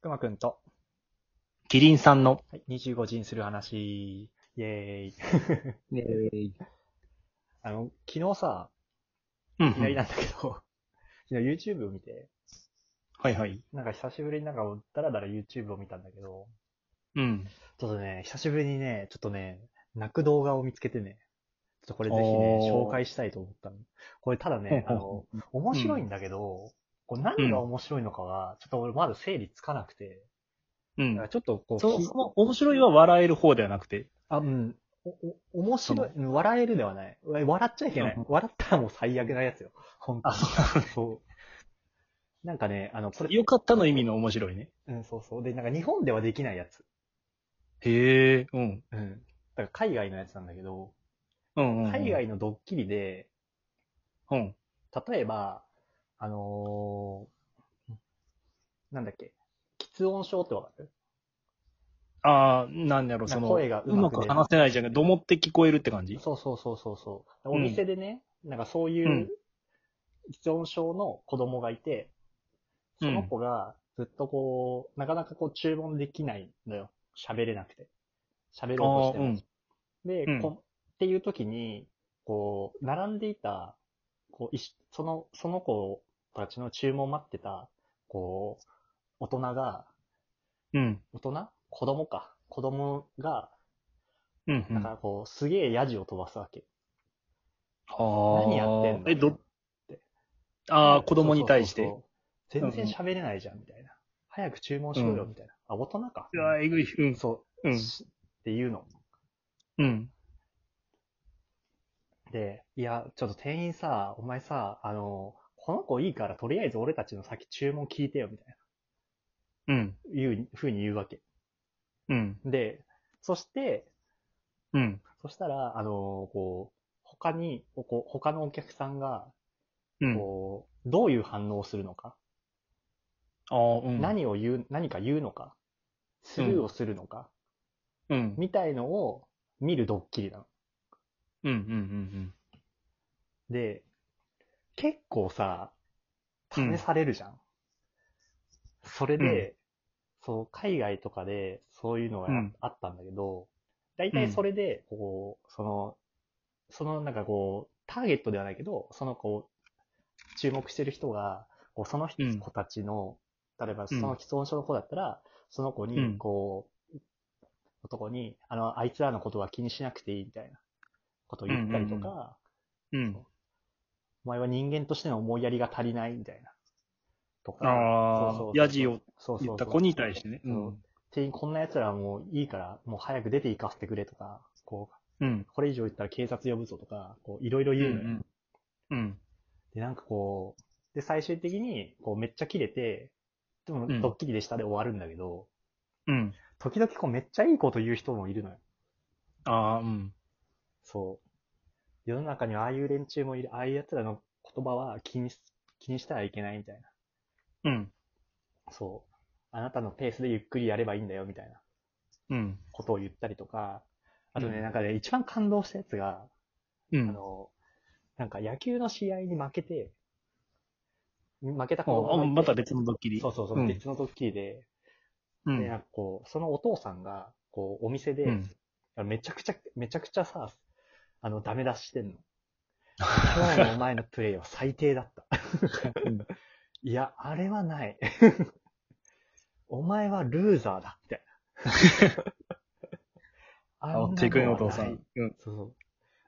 くまくんと、キリンさんの、はい、25時にする話、イェーイ。ねあの、昨日さ、うんういきなりなんん、だけど、 昨日 YouTube を見て、はいはい。なんか久しぶりになんかもうだらだら YouTube を見たんだけど、うん。ちょっとね、久しぶりにね、ちょっとね、泣く動画を見つけてね、ちょっとこれぜひね、おー紹介したいと思ったの。これただ ね、あの、面白いんだけど、こう何が面白いのかは、ちょっと俺まだ整理つかなくて、うだんから。ちょっとこう、そきその面白いは笑える方ではなくて。あ、うん。お、お、面白い。うん笑えるではない。わ笑っちゃいけないうん。笑ったらもう最悪なやつよ。本当に。あそうそう。なんかね、あの、これ、よかったの意味の面白いね。うん、そうそう。で、なんか日本ではできないやつ。へえ、うん。うん。だから海外のやつなんだけど、うんうんうん。海外のドッキリで、うん。例えば、あのーなんだっけ、喫音症ってわかるああ、なんだろう、その、声がううままく出くない話せないじゃんどもって聞こえるって感じそうそうそうそうそう。うんお店でね、なんかそういううん、喫音症の子供がいて、その子がずっとこう、なかなかこう注文できないのよ。喋れなくて。喋ろうとしても。あーで、うんこっていう時に、こう、並んでいた、こう、いしその、その子たちの注文を待ってた、こう、大人が、うん。大人子供か。子供が、うん、うん。なんかこう、すげえヤジを飛ばすわけ。はあ何やってんのえ、ど、ああ、子供に対しそてう。そうそう全然喋れないじゃん、みたいな。早く注文しろよ、みたいな。あ、大人か。うわえぐい。うん。そうう。ん。しっていうの。うん。で、いや、ちょっと店員さ、お前さ、あの、この子いいから、とりあえず俺たちの先注文聞いてよ、みたいうん。な、いうふうに言うわけ。うん。で、そして、うん。そしたら、あの、こう、他に、こう他のお客さんが、うん。こう、どういう反応をするのか、ああ、うん。何を言う、何か言うのか、スルーをするのか、うん。みたいのを見るドッキリなの。うん。うん。うん。で、結構さ、うん試されるじゃん。それで、そう、海外とかでそういうのがあうんあったんだけど、大体それで、こう、その、そのなんかこう、ターゲットではないけど、そのこう、注目してる人が、こうその人うん子たちの、例えばそんの既存症の子だったら、その子うに、んこう、男に、あの、あいつらのことは気にしなくていいみたいなことを言ったりとか、うんうん。お前は人間としての思いやりが足りないみたいな。とか。あそうあそうそうヤジをそうそうそう言った子に対してね。そううん。店員こんな奴らはもういいから、もう早く出て行かせてくれとか、こうんう、。これ以上言ったら警察呼ぶぞとか、こう、いろいろ言うのよ。うん。で、なんかこう、で、最終的に、こう、めっちゃ切れて、でもう、んドッキリでしたで終わるんだけど、うん。時々こう、めっちゃいいこと言う人もいるのよ。ああ、うん。そう。世の中にはああいう連中もいる、ああいう奴らの言葉は気にし、気にしてはいけないみたいな。うん。そう。あなたのペースでゆっくりやればいいんだよ、みたいな。うん。ことを言ったりとか、あとね、うんなんかね、一番感動したやつが、うあん。の、なんか野球の試合に負けて、負けた子あがあいてまた別のドッキリ。そうそうそう、ん別のドッキリで、うで、なんん。かこう、そのお父さんが、こう、お店で、うんめちゃくちゃ、めちゃくちゃさ、あの、ダメ出ししてんの。今日のお前のプレイは最低だった。 いや、あれはない。 お前はルーザーだって。 ああんなのはないチェックインお父さん。うん。そうそう。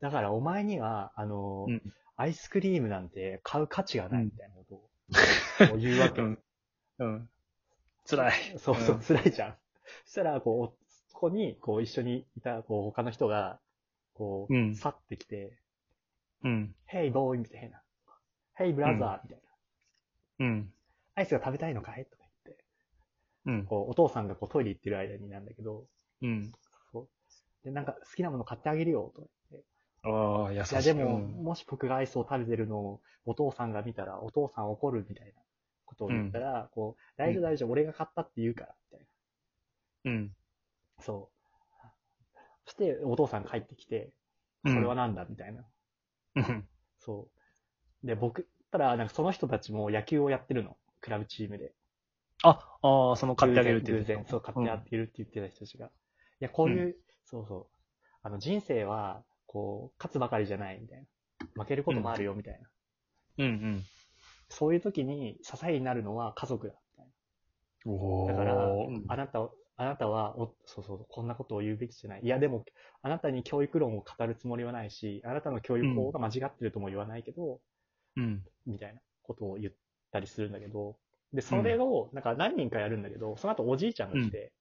だからお前には、あの、うんアイスクリームなんて買う価値がないみたいなことを、こう言うわけ。うん。うん。辛い。そうそうう、ん辛いじゃん。そしたら、こう、そこに、こう、一緒にいた、こう、他の人が、こう、うん去ってきて、うん。 Hey, boy! みたいな。Hey, brother! みたいな。うん。アイスが食べたいのかいとか言って、うん。こう、お父さんがこう、トイレ行ってる間になんだけど、うん。そう。で、なんか、好きなもの買ってあげるよ、とか言って。ああ、優しい。いや、でも、もし僕がアイスを食べてるのを、お父さんが見たら、お父さん怒るみたいなことを言ったら、こう、大丈夫大丈夫、俺が買ったって言うから、みたいな。うん。そう。そして、お父さん帰ってきて、これはなんだみたいな。うん。そう。で、僕、たら、なんかその人たちも野球をやってるの。クラブチームで。あ、ああ、その買ってあげるって言偶って然、た。そう、買ってあげるって言ってた人たちが。いや、こういう、そうそう。あの、人生は、こう、勝つばかりじゃないみたいな。負けることもあるよみたいな。うんそういう時に支えになるのは家族だ。みたいうん。おなだから、うんあなたを、あなたはお、そうそう、こんなことを言うべきじゃない。いや、でも、あなたに教育論を語るつもりはないし、あなたの教育法が間違ってるとも言わないけど、うん。みたいなことを言ったりするんだけど、で、それを、なんか何人かやるんだけど、その後おじいちゃんが来て、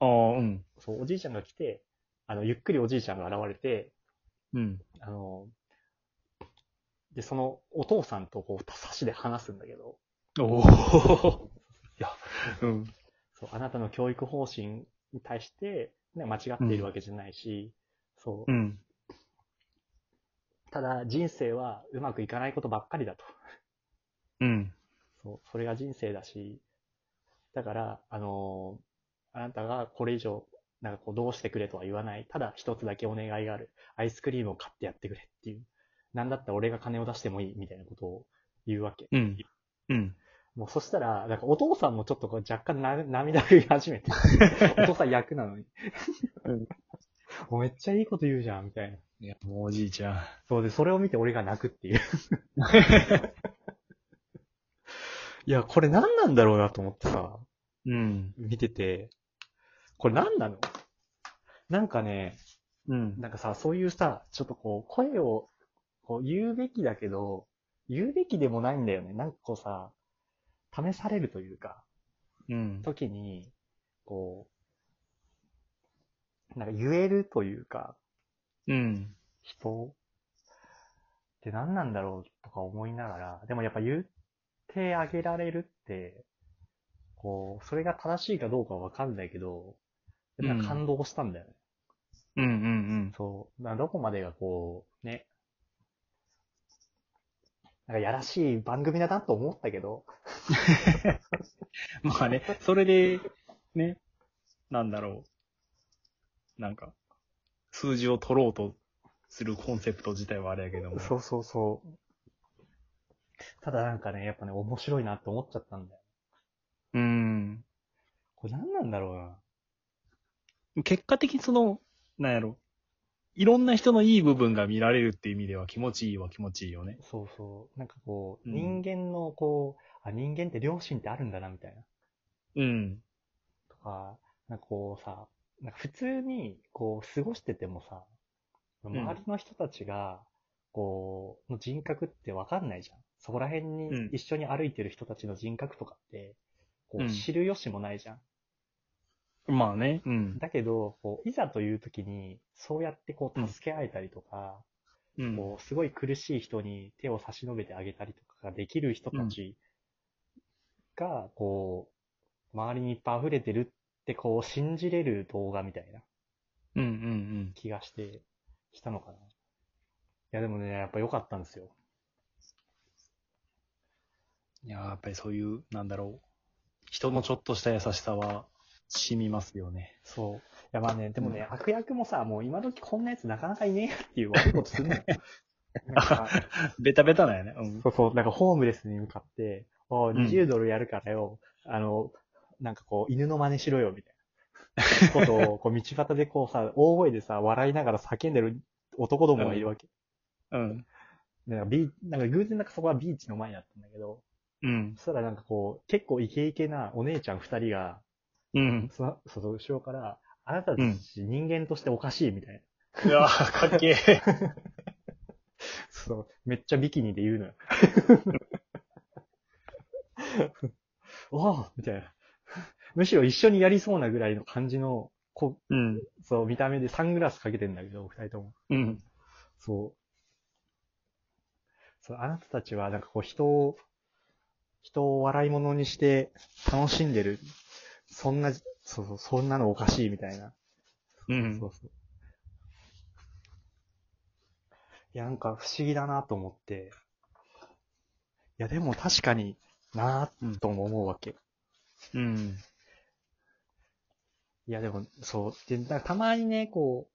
ああ、うん。そう、おじいちゃんが来て、あの、ゆっくりおじいちゃんが現れて、うん。あの、で、そのお父さんとこう、差しで話すんだけど、おお。 いや、うん。そう、あなたの教育方針に対して、ね、間違っているわけじゃないし、そうう、ん。ただ人生はうまくいかないことばっかりだと。うん。そう、それが人生だし、だから、あのあなたがこれ以上、なんかこう、どうしてくれとは言わない。ただ一つだけお願いがある。アイスクリームを買ってやってくれっていう。なんだったら俺が金を出してもいいみたいなことを言うわけ。うん。うん。もうそしたら、なんかお父さんもちょっとこう若干な涙ぐり始め て。お父さん役なのに。 うんもうめっちゃいいこと言うじゃん、みたいな。いや、もうおじいちゃん。そうで、それを見て俺が泣くっていう。いや、これ何なんだろうなと思ってさ、うん。見てて。これ何なのなんかね、うん。なんかさ、そういうさ、ちょっとこう、声をこう言うべきだけど、言うべきでもないんだよね。なんかこうさ、試されるというか、うん。時に、こう、なんか言えるというか、うん。人って何なんだろうとか思いながら、でもやっぱ言ってあげられるって、こう、それが正しいかどうかはわかんないけど、でもなんかうん感動したんだよね。うん。うん。そう。だからどこまでがこう、ね。なんかやらしい番組だなと思ったけど、まあね、それで、ね、なんだろう。なんか、数字を取ろうとするコンセプト自体はあれやけども。うそうそう。ただなんかね、やっぱね、面白いなって思っちゃったんだよ。うん。これ何なんだろうな。結果的にその、なんやろ。いろんな人のいい部分が見られるっていう意味では気持ちいいは気持ちいいよね。そうそう。なんかこう、うん人間のこう、あ、人間って良心ってあるんだな、みたいな。うん。とか、なんかこうさ、なんか普通にこう過ごしててもさ、ん周りの人たちが、こう、の人格ってわかんないじゃん。そこら辺うんに一緒に歩いてる人たちの人格とかって、こううん知る由もないじゃん。まあね。うん。だけど、こう、いざという時に、そうやってこうんう助け合えたりとか、うん。こう、すごい苦しい人に手を差し伸べてあげたりとかができる人たちが、こう、周りにいっぱい溢れてるって、こう、信じれる動画みたいな。うんうん気がして、したのかな。いや、でもね、やっぱ良かったんですよ。うん。いや、やっぱりそういう、なんだろう。人のちょっとした優しさは、染みますよね。そう。いや、まあね、でもね、悪役もさ、もう今時こんなやつなかなかいねえよっていう悪いことす んのよ。なんかベタベタだよね。うん。そうそう、なんかホームレスに向かって、おううん20ドルやるからよ、あの、なんかこう、犬の真似しろよ、みたいな。ことを、こう、道端でこうさ、大声でさ、笑いながら叫んでる男どもがいるわけ。うん。なんかビーなんか偶然なんかそこはビーチの前だったんだけど、うん。そしたらなんかこう、結構イケイケなお姉ちゃん二人が、うん。そそうそう、後ろから、あなたたち人間としておかしいみた いな。うわかっけえ。そう、めっちゃビキニで言うのよ。 おおみたいな。むしろ一緒にやりそうなぐらいの感じの、こうん。そう、見た目でサングラスかけてんだけど、二人とも。うん。そう。そう、あなたたちはなんかこう人を、人を笑い物にして楽しんでる。そんな、そうそう、そんなのおかしいみたいな。うんそうそう。いや、なんか不思議だなと思って。いや、でも確かになぁとも思うわけ。うん。いや、でも、そう。で、なんかたまにね、こ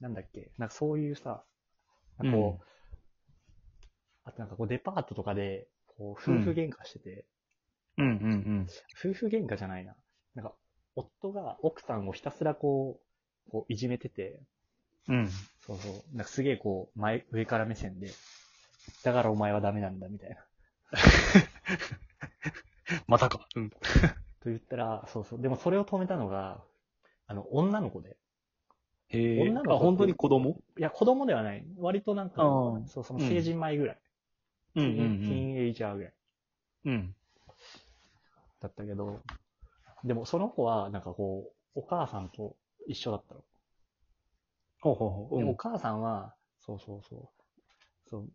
う、なんだっけ、なんかそういうさ、なんかこう、あとなんかこうデパートとかで、こう、夫婦喧嘩してて、うんうん夫婦喧嘩じゃないな。なんか、夫が奥さんをひたすらこう、こういじめてて、うん。うん。そうそう。なんかすげえこう、前、上から目線で、だからお前はダメなんだ、みたいな。またか。うん。と言ったら、そうそう。でもそれを止めたのが、あの、女の子で。へえ。女の子あ、本当に子供いや、子供ではない。割となんか、うんそう、その成人前ぐらい。うんティーンティーンエイジャーぐらいうん。うん。だったけど、でもその子は、なんかこう、お母さんと一緒だったの。ほうほうほう。でうおん。母さんは、そうそうそう。そう、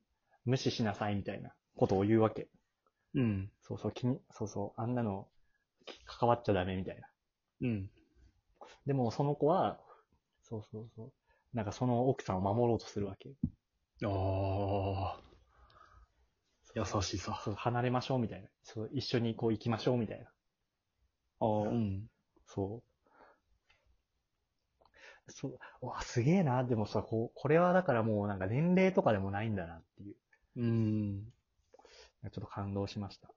無視しなさいみたいなことを言うわけ。うん。そうそう、気に、そうそう、あんなの、き関わっちゃダメみたいな。うん。でもその子は、そうそうそう。なんかその奥さんを守ろうとするわけ。ああ。優しさ。そう、離れましょうみたいな。そう、一緒にこう行きましょうみたいな。ああ、うん。そう。そう、うわ、すげえな。でもさ、こう、これはだからもうなんか年齢とかでもないんだなっていう。うん。ちょっと感動しました。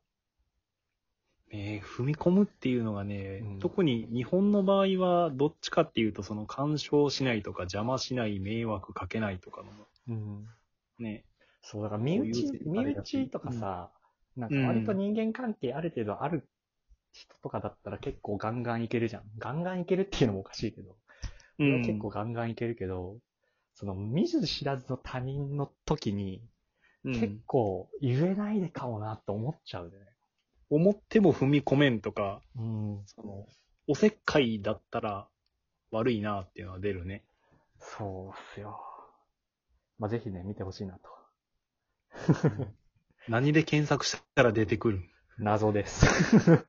ねえ、踏み込むっていうのがね、うん特に日本の場合は、どっちかっていうと、その干渉しないとか、邪魔しない、迷惑かけないとかのうん。ね。そう、だから身こういう内、世身界だし内とかさ、なんか割と人間関係ある程度ある人とかだったら結構ガンガンいけるじゃん。ガンガンいけるっていうのもおかしいけど。うん結構、ガンガンいけるけど、その見ず知らずの他人の時に、う結ん、構言えないでかもなって思っちゃうね。思っても踏み込めんとか、うん。その、おせっかいだったら悪いなっていうのは出るね。そうっすよ。まあ、ぜひね、見てほしいなと。何で検索したら出てくる謎です。